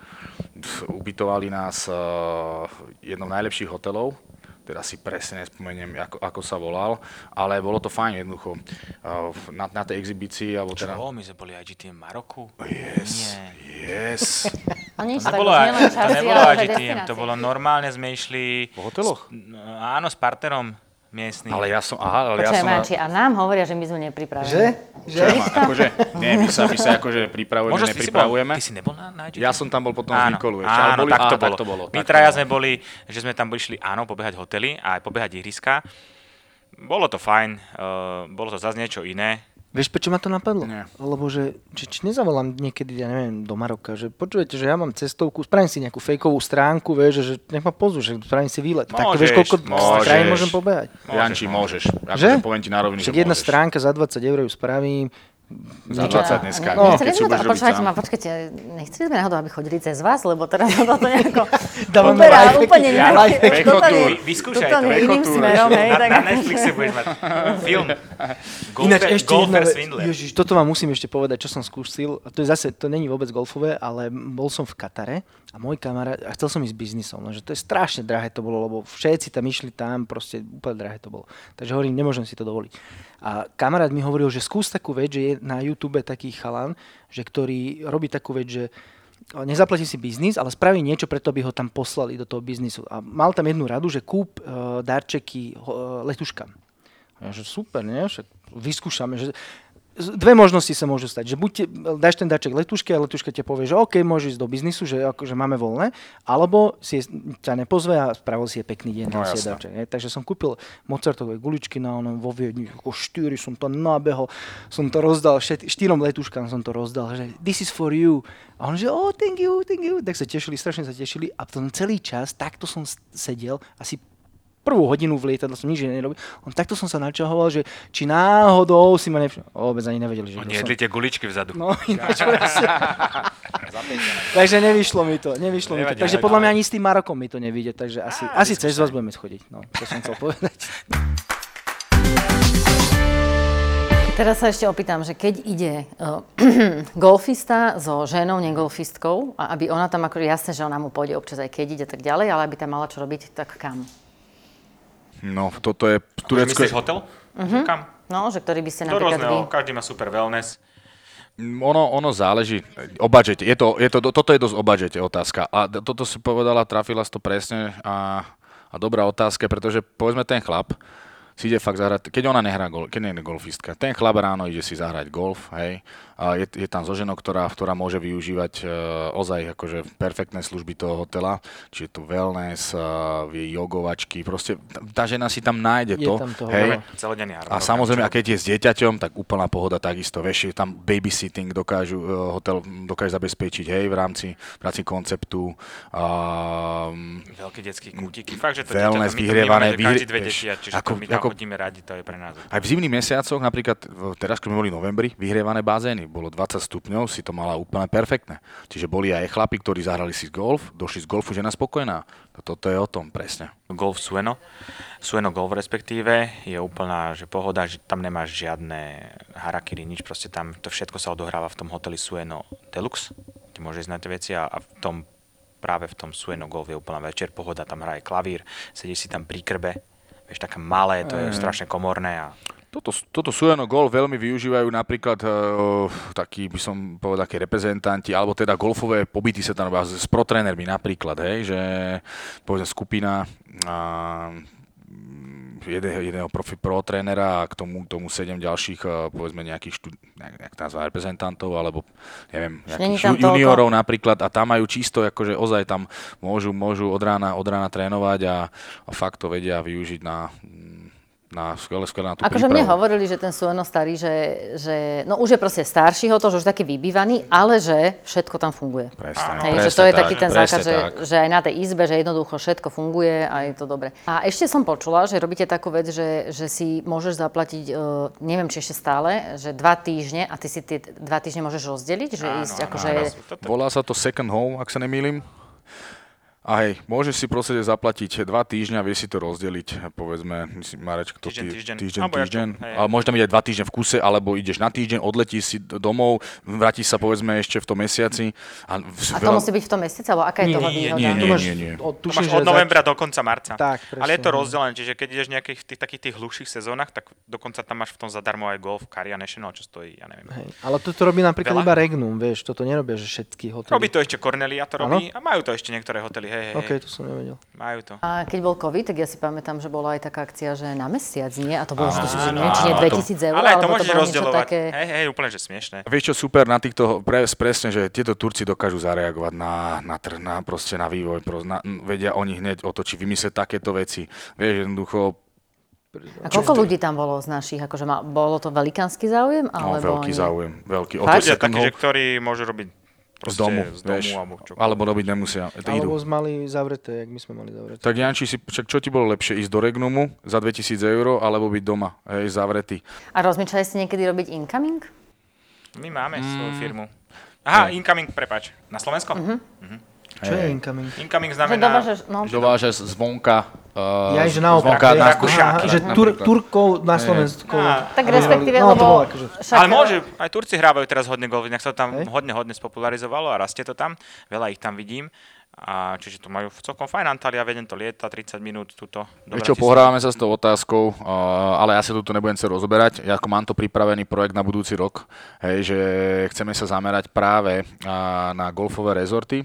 S4: pf, ubytovali nás uh, jednom najlepších hotelov, teraz si presne nespomeniem, ako, ako sa volal, ale bolo to fajn jednoducho. Uh, na, na tej exibícii, alebo teda... Oh,
S6: Čo, my sme boli IGT v Maroku?
S4: Yes,
S6: Nie.
S4: yes.
S5: A nič,
S6: To
S5: tak
S6: bolo,
S5: už
S6: aj-
S5: nielen
S6: to
S5: časy,
S6: nebolo
S5: ale už aj
S6: IGTM, to
S5: destinácie.
S6: bolo normálne, sme išli...
S4: V hoteloch?
S6: s- no, áno, s partnerom miestnym.
S4: Ale ja som, aha, ale ja
S5: Počkaj,
S4: som... na-
S5: Máči, a nám hovoria, že my sme nepripravení.
S2: Že? Že?
S4: Čo ja mám, akože, nie, my sa, my sa akože pripravujeme,
S6: Možno si
S4: nepripravujeme.
S6: Bol, ty si nebol na, na IGT?
S4: Ja som tam bol potom
S6: áno,
S4: s Nikolou ešte. ale
S6: áno,
S4: boli,
S6: tak, to
S4: á,
S6: bolo.
S4: tak to bolo.
S6: My
S4: tak to
S6: traja
S4: bolo.
S6: sme boli, že sme tam išli, áno, pobehať hotely a aj pobehať ihriska. Bolo to fajn, uh, bolo to zase niečo iné.
S2: Vieš, prečo ma to napadlo?
S4: Nie.
S2: Lebo že, či, či nezavolám niekedy, ja neviem, do Maroka, že počujete, že ja mám cestovku, spravím si nejakú fejkovú stránku, vieš, že, že nech ma pozú, že spravím si výlet. tak
S6: Môžeš,
S2: vieš, koľko
S6: môžeš.
S2: krajín môžem pobehať.
S6: Môžeš,
S4: Janči, môžeš.
S2: Že?
S4: Akože poviem ti na rovinu, že
S2: Však jedna
S4: môžeš.
S2: stránka za 20 eur ju spravím.
S4: Za 20 dneska.
S5: No,
S4: keď
S5: nechceli sme to,
S4: si budeš robiť
S5: počúvajte
S4: sám.
S5: ma, počkajte, nechceli sme náhodou, aby chodili cez vás, lebo teraz sa toto nejako
S2: Dávame
S5: uberá
S2: lifehacky.
S5: úplne nejaké-
S2: Ja,
S4: lifehacky.
S5: totálne-
S4: Vechotúr.
S6: Vyskúšaj
S5: totálne
S6: to,
S5: iným
S4: vechotúr.
S5: smerom, hej,
S6: na,
S5: tak...
S6: na Netflixe budeš mať film.
S2: Ináč ešte
S6: Golfer,
S2: jedna
S6: golfer
S2: vec.
S6: Swindler.
S2: Ježiš, toto vám musím ešte povedať, čo som skúsil. A to je zase, to není vôbec golfové, ale bol som v Katare a môj kamarát, a chcel som ísť s biznisom, lenže to je strašne drahé to bolo, lebo všetci tam išli tam, proste úplne drahé to bolo. Takže hovorím, nemôžem si to dovoliť. A kamarát mi hovoril, že skús takú vec, že je na YouTube taký chalan, že ktorý robí takú vec, že nezaplatí si biznis, ale spraví niečo preto, aby ho tam poslali do toho biznisu. A mal tam jednu radu, že kúp uh, darčeky uh, letuškám. A ja, že super, nie? Však vyskúšame. Že... Z- Dve možnosti sa môžu stať. Že buď te, dáš ten darček letuške a letuška ti povie, že OK, môžeš ísť do biznisu, že, ako, že máme voľné, alebo si je, ťa nepozve a spravil si je pekný deň.
S4: No,
S2: dal si
S4: jasné.
S2: jej darček, hej. Takže som kúpil Mozartové guličky na onom vo Viedni, ako štyri som to nabehol, som to rozdal, všet, štyrom letuškám som to rozdal, že this is for you. A on že, oh, thank you, thank you. Tak sa tešili, strašne sa tešili a potom celý čas takto som s- sedel, asi prvú hodinu v lietadle som nič iné nerobil. On takto som sa načahoval, že či náhodou si ma nevšimol. Vôbec ani nevedeli, že kto
S6: Oni
S2: som.
S6: No, jedli tie guličky vzadu.
S2: No, ináč proste. takže nevyšlo mi to, nevyšlo mi to.
S6: Nevadí,
S2: Takže
S6: nevadí.
S2: podľa mňa ani s tým Marokom mi to nevíde, takže asi, asi cez vás budeme schodiť. No, to som chcel povedať.
S5: Teraz sa ešte opýtam, že keď ide uh, golfista so ženou negolfistkou, a aby ona tam ako jasné, že ona mu pôjde občas aj keď ide tak ďalej, ale aby tam mala čo robiť, tak kam?
S4: No, toto je Turecko.
S6: Myslíš hotel? Že Kam?
S5: No, že ktorý by ste
S6: Do
S5: napríklad vy...
S6: rôzneho, každý má super wellness.
S4: Ono, ono záleží o budžete. Je to, je to, toto je dosť o budžete otázka. A d- toto si povedala, trafila si to presne a, a dobrá otázka, pretože povedzme ten chlap, si ide fakt zahrať, keď ona nehrá gol, keď nie je golfistka, ten chlap ráno ide si zahrať golf, hej, a je, je tam so ženou, ktorá, ktorá môže využívať e, ozaj akože perfektné služby toho hotela, či je tu wellness, e, je jogovačky, proste t- tá žena si tam nájde
S2: Je
S4: to,
S2: tam toho
S4: hej,
S2: veľa.
S6: Celodenný
S4: a samozrejme, a keď je s dieťaťom, tak úplná pohoda takisto. Vieš, je tam babysitting dokážu, eh, hotel dokáže zabezpečiť, hej, v rámci, v rámci konceptu. Um,
S6: Veľký detský kútiky. Fakt, že to
S4: Wellness,
S6: dieťa, my to
S4: vyhrievané,
S6: vnímame, že každý
S4: vyhrie-
S6: dve
S4: vieš,
S6: deti, a čiže
S4: ako-
S6: ako, my tam
S4: ako-
S6: chodíme radi, to je pre nás.
S4: aj v zimných mesiacoch, napríklad v- teraz, keď sme boli v novembri, vyhrievané bazény, bolo 20 stupňov, si to mala úplne perfektné. Čiže boli aj chlapi, ktorí zahrali si golf, došli z golfu žena spokojná. Toto je o tom, presne.
S6: Golf Sueno. Sueno Golf respektíve je úplná že pohoda, že tam nemáš žiadne harakiri, nič, proste tam to všetko sa odohráva v tom hoteli Sueno Deluxe, kde môžeš ísť na tie veci a, a v tom práve v tom Sueno Golf je úplná večer pohoda, tam hraje klavír, sedíš si tam pri krbe, vieš, také malé, to
S5: Mm.
S6: je strašne komorné a
S4: Toto, toto Sujano Golf veľmi využívajú napríklad uh, takí, by som povedal, takí reprezentanti, alebo teda golfové pobyty sa tam robia s s protrénermi napríklad, hej, že povedzme skupina uh, jedného, jedného profi pro trénera a k tomu, tomu sedem ďalších, eh, povedzme nejakých štú, nejak, nejak to nazvať, reprezentantov alebo neviem,
S5: není
S4: nejakých
S5: tam
S4: ju-
S5: toľko.
S4: juniorov napríklad a tam majú čisto, akože ozaj tam môžu, môžu od, rána, od rána trénovať a, a fakt to vedia využiť na, na skvelé, skvelé na tú
S5: Akože mne
S4: prípravu.
S5: hovorili, že ten Sueno starý, že, že no už je proste starší ho to, že už taký vybývaný, ale že všetko tam funguje.
S4: Presne,
S5: Hej, že
S4: presne
S5: to je
S4: tak,
S5: taký ten
S4: presne
S5: základ, že,
S4: tak.
S5: že aj na tej izbe, že jednoducho všetko funguje a je to dobre. A ešte som počula, že robíte takú vec, že, že si môžeš zaplatiť, e, neviem či ešte stále, že dva týždne a ty si tie dva týždne môžeš rozdeliť, že áno, ísť akože...
S4: Volá sa to second home, ak sa nemýlim. A hej, môžeš si proste zaplatiť dva týždňa, vieš si to rozdeliť, povedzme, myslím, Marečka, to
S6: Týždeň,
S4: tý-
S6: týždeň,
S4: týždeň,
S6: alebo jak to-
S4: týždeň.
S6: hej.
S4: ale môžeš tam ísť aj dva týždne v kuse, alebo ideš na týždeň, odletíš si d- domov, vrátiš sa povedzme ešte v tom mesiaci. A, v,
S5: A to musí byť v tom mesiaci, alebo aká je toho
S6: nie,
S5: výhoda?
S4: nie,
S2: Tu
S4: nie,
S2: máš
S4: nie, nie.
S2: Od,
S6: To
S2: tuším,
S6: máš od
S2: že zač-
S6: novembra do konca marca.
S2: Tak,
S6: Ale je to
S2: presne, no.
S6: rozdelené, čiže keď ideš nejakých tých, takých tých hluchších sezónach, tak dokonca tam máš v tom zadarmo aj golf, Caria National, čo stojí, ja neviem.
S2: Hej, ale toto robí napríklad
S6: Veľa?
S2: iba Regnum, vieš, toto nerobia, že všetky hotely.
S6: Robí to ešte Cornelia, to robí a majú to ešte niektoré hotely, hej, hej,
S2: OK,
S6: hej,
S2: to som nevedel.
S6: majú to.
S5: A keď bol COVID, tak ja si pamätám, že bola aj taká akcia, že na mesiac, nie? A to bolo, že to sú
S6: áno,
S5: neviem, či nie
S4: áno.
S5: 2000 eur,
S6: Ale aj to
S5: alebo to
S6: môžeš
S5: bolo niečo
S6: rozdielovať.
S5: také...
S6: Hej, hej, úplne, že smiešne.
S4: A Vieš čo, super na týchto, pre, presne, že tieto Turci dokážu zareagovať na, na trh, na, proste na vývoj, proste, na, m, vedia oni hneď otočiť, vymyslieť takéto veci. Vieš, jednoducho
S5: A koľko ľudí tam bolo z našich? Akože mal, bolo to velikánsky záujem?
S4: No,
S5: Alebo
S4: veľký
S5: nie?
S4: záujem, veľký. O
S5: Fakt?
S4: to
S6: Ľudia
S4: sa tam
S6: takí, že ktorí môžu robiť
S4: z
S6: proste
S4: domu,
S6: z domu
S4: vieš,
S6: alebo čo.
S4: alebo robiť nemusia, to idú.
S2: Alebo mali zavreté, jak my sme mali zavreté.
S4: Tak Janči, si, však čo ti bolo lepšie, ísť do Regnumu za 2000 eur, alebo byť doma, hej, zavretý.
S5: A rozmýšľali ste niekedy robiť incoming?
S6: My máme
S2: Mm.
S6: svoju firmu. Aha, incoming, prepač. Na Slovensko?
S2: Čo je incoming?
S6: Incoming
S5: Mhm. Že
S6: znamená...
S5: dovážeš, no,
S4: Dovážaš zvonka, uh,
S2: Ja že naopak.
S6: zvonka
S2: že-
S6: na
S2: aha,
S6: Rakúšáky,
S2: Že Tur- Turkov na Slovensku.
S5: tak respektíve,
S2: No, to bolo
S5: lebo...
S2: akože-
S5: však- eh,
S6: Ale môže, aj Turci hrávajú teraz hodne golf, inak sa to tam hodne, hodne spopularizovalo a rastie to tam, veľa ich tam vidím. A čiže to majú celkom fajn Antalya, vedem to lieta, 30 minút tuto. do
S4: Vieš čo,
S6: Bratislavy.
S4: pohrávame sa s tou otázkou, uh, ale ja sa tu to nebudem chcel rozoberať. Ja ako mám to pripravený projekt na budúci rok, hej, že chceme sa zamerať práve uh, na golfové rezorty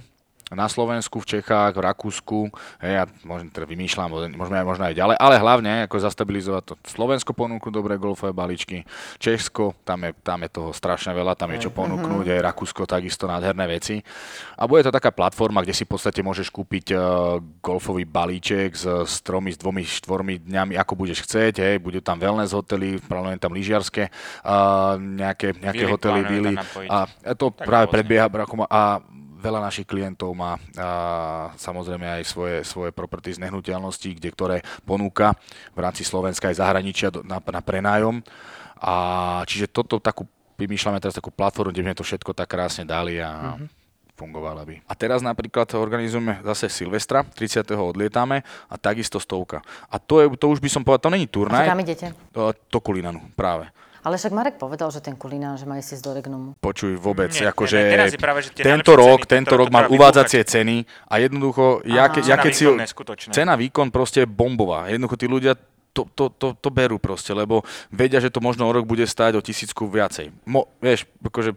S4: na Slovensku, v Čechách, v Rakúsku, hej, ja možno teda vymýšľam, možno- možno aj, možno aj ďalej, ale hlavne ako zastabilizovať to. Slovensko ponúknu dobré golfové balíčky, Česko, tam je, tam je toho strašne veľa, tam je čo ponúknuť, aj Rakúsko takisto nádherné veci. A bude to taká platforma, kde si v podstate môžeš kúpiť eh, golfový balíček s, s tromi, s dvomi, štvormi dňami, ako budeš chcieť, hej, budú tam wellness hotely, plánujem tam lyžiarske, a nejaké, nejaké
S6: Vily
S4: hotely,
S6: plánujeme
S4: vily.
S6: tam napojiť.
S4: A to
S6: Tak vlastne
S4: práve
S6: rôzne.
S4: predbieha Brakom a veľa našich klientov má a, samozrejme aj svoje, svoje property z nehnuteľností, kde ktoré ponúka v rámci Slovenska aj zahraničia do- na, na prenájom. A čiže toto takú, vymýšľame teraz takú platformu, kde by sme to všetko tak krásne dali a fungovala by. A teraz napríklad organizujeme zase Silvestra, 30. odlietame a takisto stovka. A to, je, to už by som povedal, to není
S5: A že
S4: turnaj,
S5: kam idete?
S4: to, to Kulinanu práve.
S5: Ale však Marek povedal, že ten kulinár, že má ísť do Regnumu.
S4: Počuj vôbec,
S6: Nie, nie,
S4: akože
S6: nie, teraz je práve, že tie
S4: tento
S6: najlepšie
S4: rok,
S6: ceny, tento
S4: tento
S6: rok
S4: rok
S6: to
S4: mal
S6: treba
S4: ubádzacie ceny a jednoducho, ja, ke, ja
S6: Cena
S4: keď si...
S6: výkon neskutočná.
S4: Cena výkon proste je bombová. Jednoducho tí ľudia to, to, to, to berú proste, lebo vedia, že to možno o rok bude stáť o tisícku viacej. Mo, vieš, akože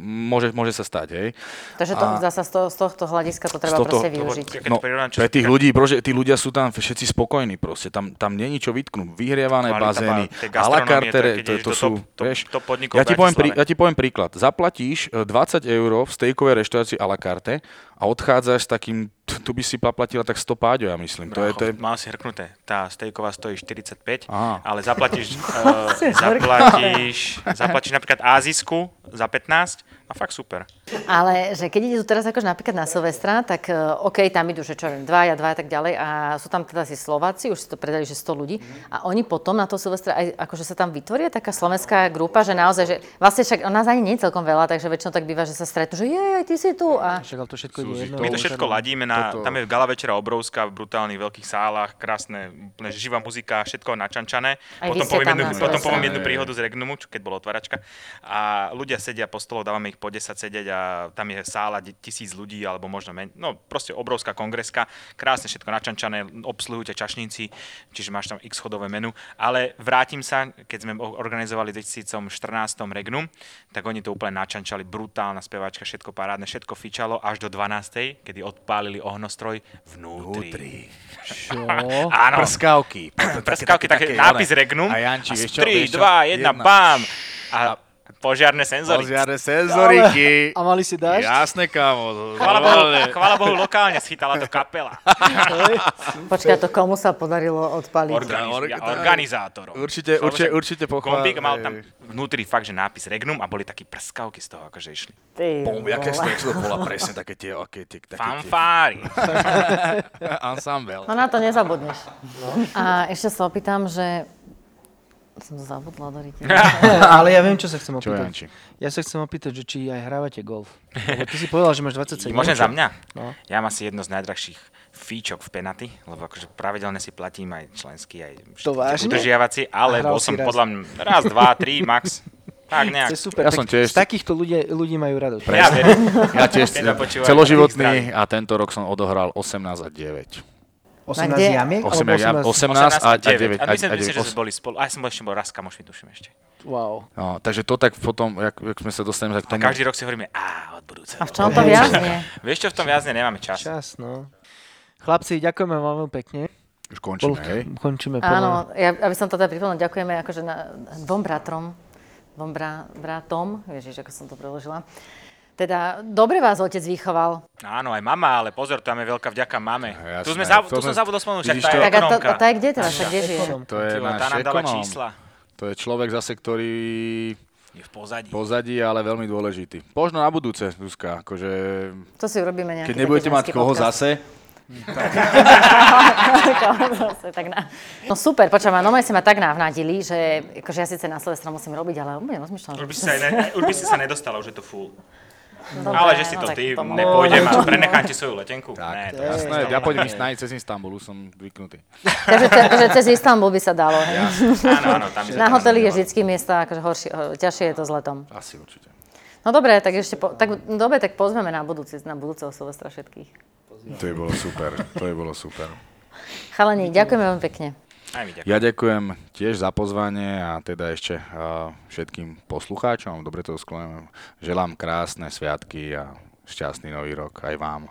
S4: môže, môže sa stať, hej.
S5: Takže to, zasa z, to, z tohto hľadiska to treba
S4: Z tohto-
S5: proste využiť.
S6: Keď to
S4: No,
S6: prirovnám, čo
S4: pre
S6: sa
S4: tých
S6: týka-
S4: ľudí, proste, tí ľudia sú tam všetci spokojní proste, tam, tam není čo vytknúť, vyhrievané
S6: Kvalita,
S4: bazény,
S6: tá- tie
S4: a la
S6: gastronómie, to je,
S4: carte,
S6: keď
S4: to,
S6: ideš
S4: to,
S6: do
S4: sú,
S6: top- top-
S4: vieš,
S6: top podnikov
S4: ja
S6: v
S4: ti, poviem, prí,
S6: Bratislave.
S4: ja ti poviem príklad, zaplatíš e, 20 eur v stejkovej reštaurácii a la carte a odchádzaš s takým, t- tu by si poplatila tak 100 páďo, ja myslím, to je, to je,
S6: Mal si hrknuté. Tá stejková stojí 45,
S4: Aha.
S6: ale zaplatíš, eh, zaplatíš, zaplatíš napríklad azijsku za 15 a fakt super.
S5: Ale že keď idú teraz akože napríklad na Silvestra, tak eh, OK, tam idú, že čo ja viem, dvaja, dvaja a tak ďalej a sú tam teda si Slováci, už si to predali, že 100 ľudí a oni potom na to Silvestra aj akože sa tam vytvoria taká slovenská grupa, že naozaj, že vlastne však nás ani nie je celkom veľa, takže väčšinou tak býva, že sa stretnú, že je, aj ty si tu a
S2: Však ale to všetko ide
S4: Suzy,
S2: jedno.
S4: to-
S6: My to všetko ladíme, na, tam je gala večera obrovská v brutálnych veľkých sálach, krásne, úplne že živá muzika, všetko načančané.
S5: Aj vy
S6: potom
S5: ste
S6: poviem,
S5: tam
S6: jednu,
S5: na
S6: potom
S5: Silvestra.
S6: poviem jednu príhodu z Regnumu, čo keď bola otváračka. A ľudia sedia po stolu, dávame ich po 10 sedieť a tam je sála de- tisíc ľudí, alebo možno men- no proste obrovská kongreska, krásne všetko načančané, obsluhujú ťa čašníci, čiže máš tam x chodové menu. Ale vrátim sa, keď sme o- organizovali v 2014 Regnum, tak oni to úplne načančali, brutálna speváčka, všetko parádne, všetko fičalo až do 12. kedy odpálili ohnostroj vnútri.
S2: Čo?
S6: Áno.
S4: prskavky.
S6: Prskavky, také, nápis Regnum.
S4: A Janči, vieš čo?
S6: 3,
S4: vieš čo?
S6: 2, 1, bám. A požiarne senzory.
S4: Oziare senzoriky.
S2: A mali si dáš?
S4: Jasné, kámo.
S6: Chvala Bohu,
S4: normálne.
S6: chvala Bohu, lokálne schytala to kapela.
S5: počkaj, to komu sa podarilo odpaliť?
S6: Organiz,
S4: org-
S6: ja, organizátorom.
S4: Určite- určite- určite pochvál-
S6: Gombík mal tam
S4: ej.
S6: vnútri fakt, že nápis Regnum a boli takí prskavky z toho, akože išli.
S5: Ty
S4: Bom, jaké
S5: vole.
S4: to bola presne také tie, aké tie, také
S6: Fanfári.
S4: tie. Ensemble.
S5: No na to nezabudneš.
S6: No.
S5: A ešte sa opýtam, že... Som to zabudla, Dorite.
S2: Ale ja viem, čo sa chcem
S4: Čo,
S2: opýtať.
S4: Janči?
S2: ja sa chcem opýtať, že či aj hrávate golf. Lebo ty si povedal, že máš 27.
S6: Môžem za
S2: čo?
S6: mňa?
S2: No.
S6: Ja mám asi jedno z najdrahších fíčok v penaty, lebo akože pravidelne si platím aj členský, aj všetky tie
S2: vážne?
S6: udržiavací,
S2: A
S6: ale
S2: hral
S6: bol
S2: si
S6: som
S2: raz?
S6: podľa mňa raz, dva, tri, max. Tak nejak.
S2: To je super.
S4: Ja
S2: tak
S4: som tiež-
S2: Z takýchto ľudí, ľudí majú radosť.
S6: Ja verím.
S4: Ja tiež
S6: Teda počúvaj,
S4: celoživotný a tento rok som odohral 18 a 9.
S2: 18
S5: kde?
S2: jamiek?
S4: 8, ja,
S2: 18,
S4: 18 a 9.
S6: A my sme myslím, že sme boli spolu. A ja som bol ešte bol raz s kamošmi, tuším ešte.
S2: Wow.
S4: No, takže to tak potom, jak, jak sme sa dostaneme k
S6: A
S4: tomu,
S6: každý rok si hovoríme, a od budúceho.
S5: A v čom to viazne?
S6: Vieš čo, v tom jazde nemáme čas.
S2: Čas, no. Chlapci, ďakujeme vám veľmi pekne.
S4: už končíme, hej?
S2: Končíme. podľa-
S5: Áno, ja, aby som to teda pripomenul, ďakujeme akože na, dvom bratom, dvom bra, bratom, ježiš, ako som to preložila. Teda, dobre vás otec vychoval.
S6: Áno, aj mama, ale pozor, tam je veľká vďaka mame.
S4: Jasné,
S6: tu, sme zav-
S4: to
S6: tu som
S4: sme-
S6: zabudol spomenúť, však
S4: vidíš
S6: tá je
S5: Tak a
S4: to?
S5: to,
S6: ekonomka.
S5: a tá je kde teraz, a kde žije?
S4: To je
S6: Ty vole,
S4: náš
S6: Tá nám dáva
S4: ekonóm.
S6: čísla.
S4: To je človek zase, ktorý
S6: Je v pozadí.
S4: pozadí, ale veľmi dôležitý. Možno na budúce, Zuzka, akože...
S5: To si urobíme nejaký
S4: Keď nebudete
S5: taký
S4: mať
S5: ženský
S4: koho
S5: podcast.
S4: zase,
S5: Koho zase, tak na... No super, počujem, no si ma tak navnadili, že akože ja síce na Silvestra musím robiť, ale úplne rozmýšľam, že...
S6: Už by, si sa, aj ne, už by si sa nedostala, už je to full.
S5: Dobre,
S6: Ale že si
S5: no
S6: to
S5: tak
S6: ty,
S5: tomu-
S6: nepôjdem a prenechám ti svoju letenku.
S4: tak,
S6: Ne, to
S4: jasné, ja pôjdem ísť nájsť cez Istanbulu, som zvyknutý.
S5: Takže ce- že cez Istanbul by sa dalo. hej.
S6: Áno, áno, tam je
S5: Na hoteli je vždycky miesta, akože horšie, ho- ťažšie je to s letom.
S4: Asi určite.
S5: No dobre, tak ešte po, tak, no dobre, tak pozveme na, budúci, na budúceho Silvestra všetkých.
S4: To je bolo super, to je bolo super.
S5: Chalani, ďakujeme vám pekne.
S6: Aj mi ďakujem.
S4: Ja ďakujem tiež za pozvanie a teda ešte a, všetkým poslucháčom, dobre to sklonujem, želám krásne sviatky a šťastný nový rok aj vám.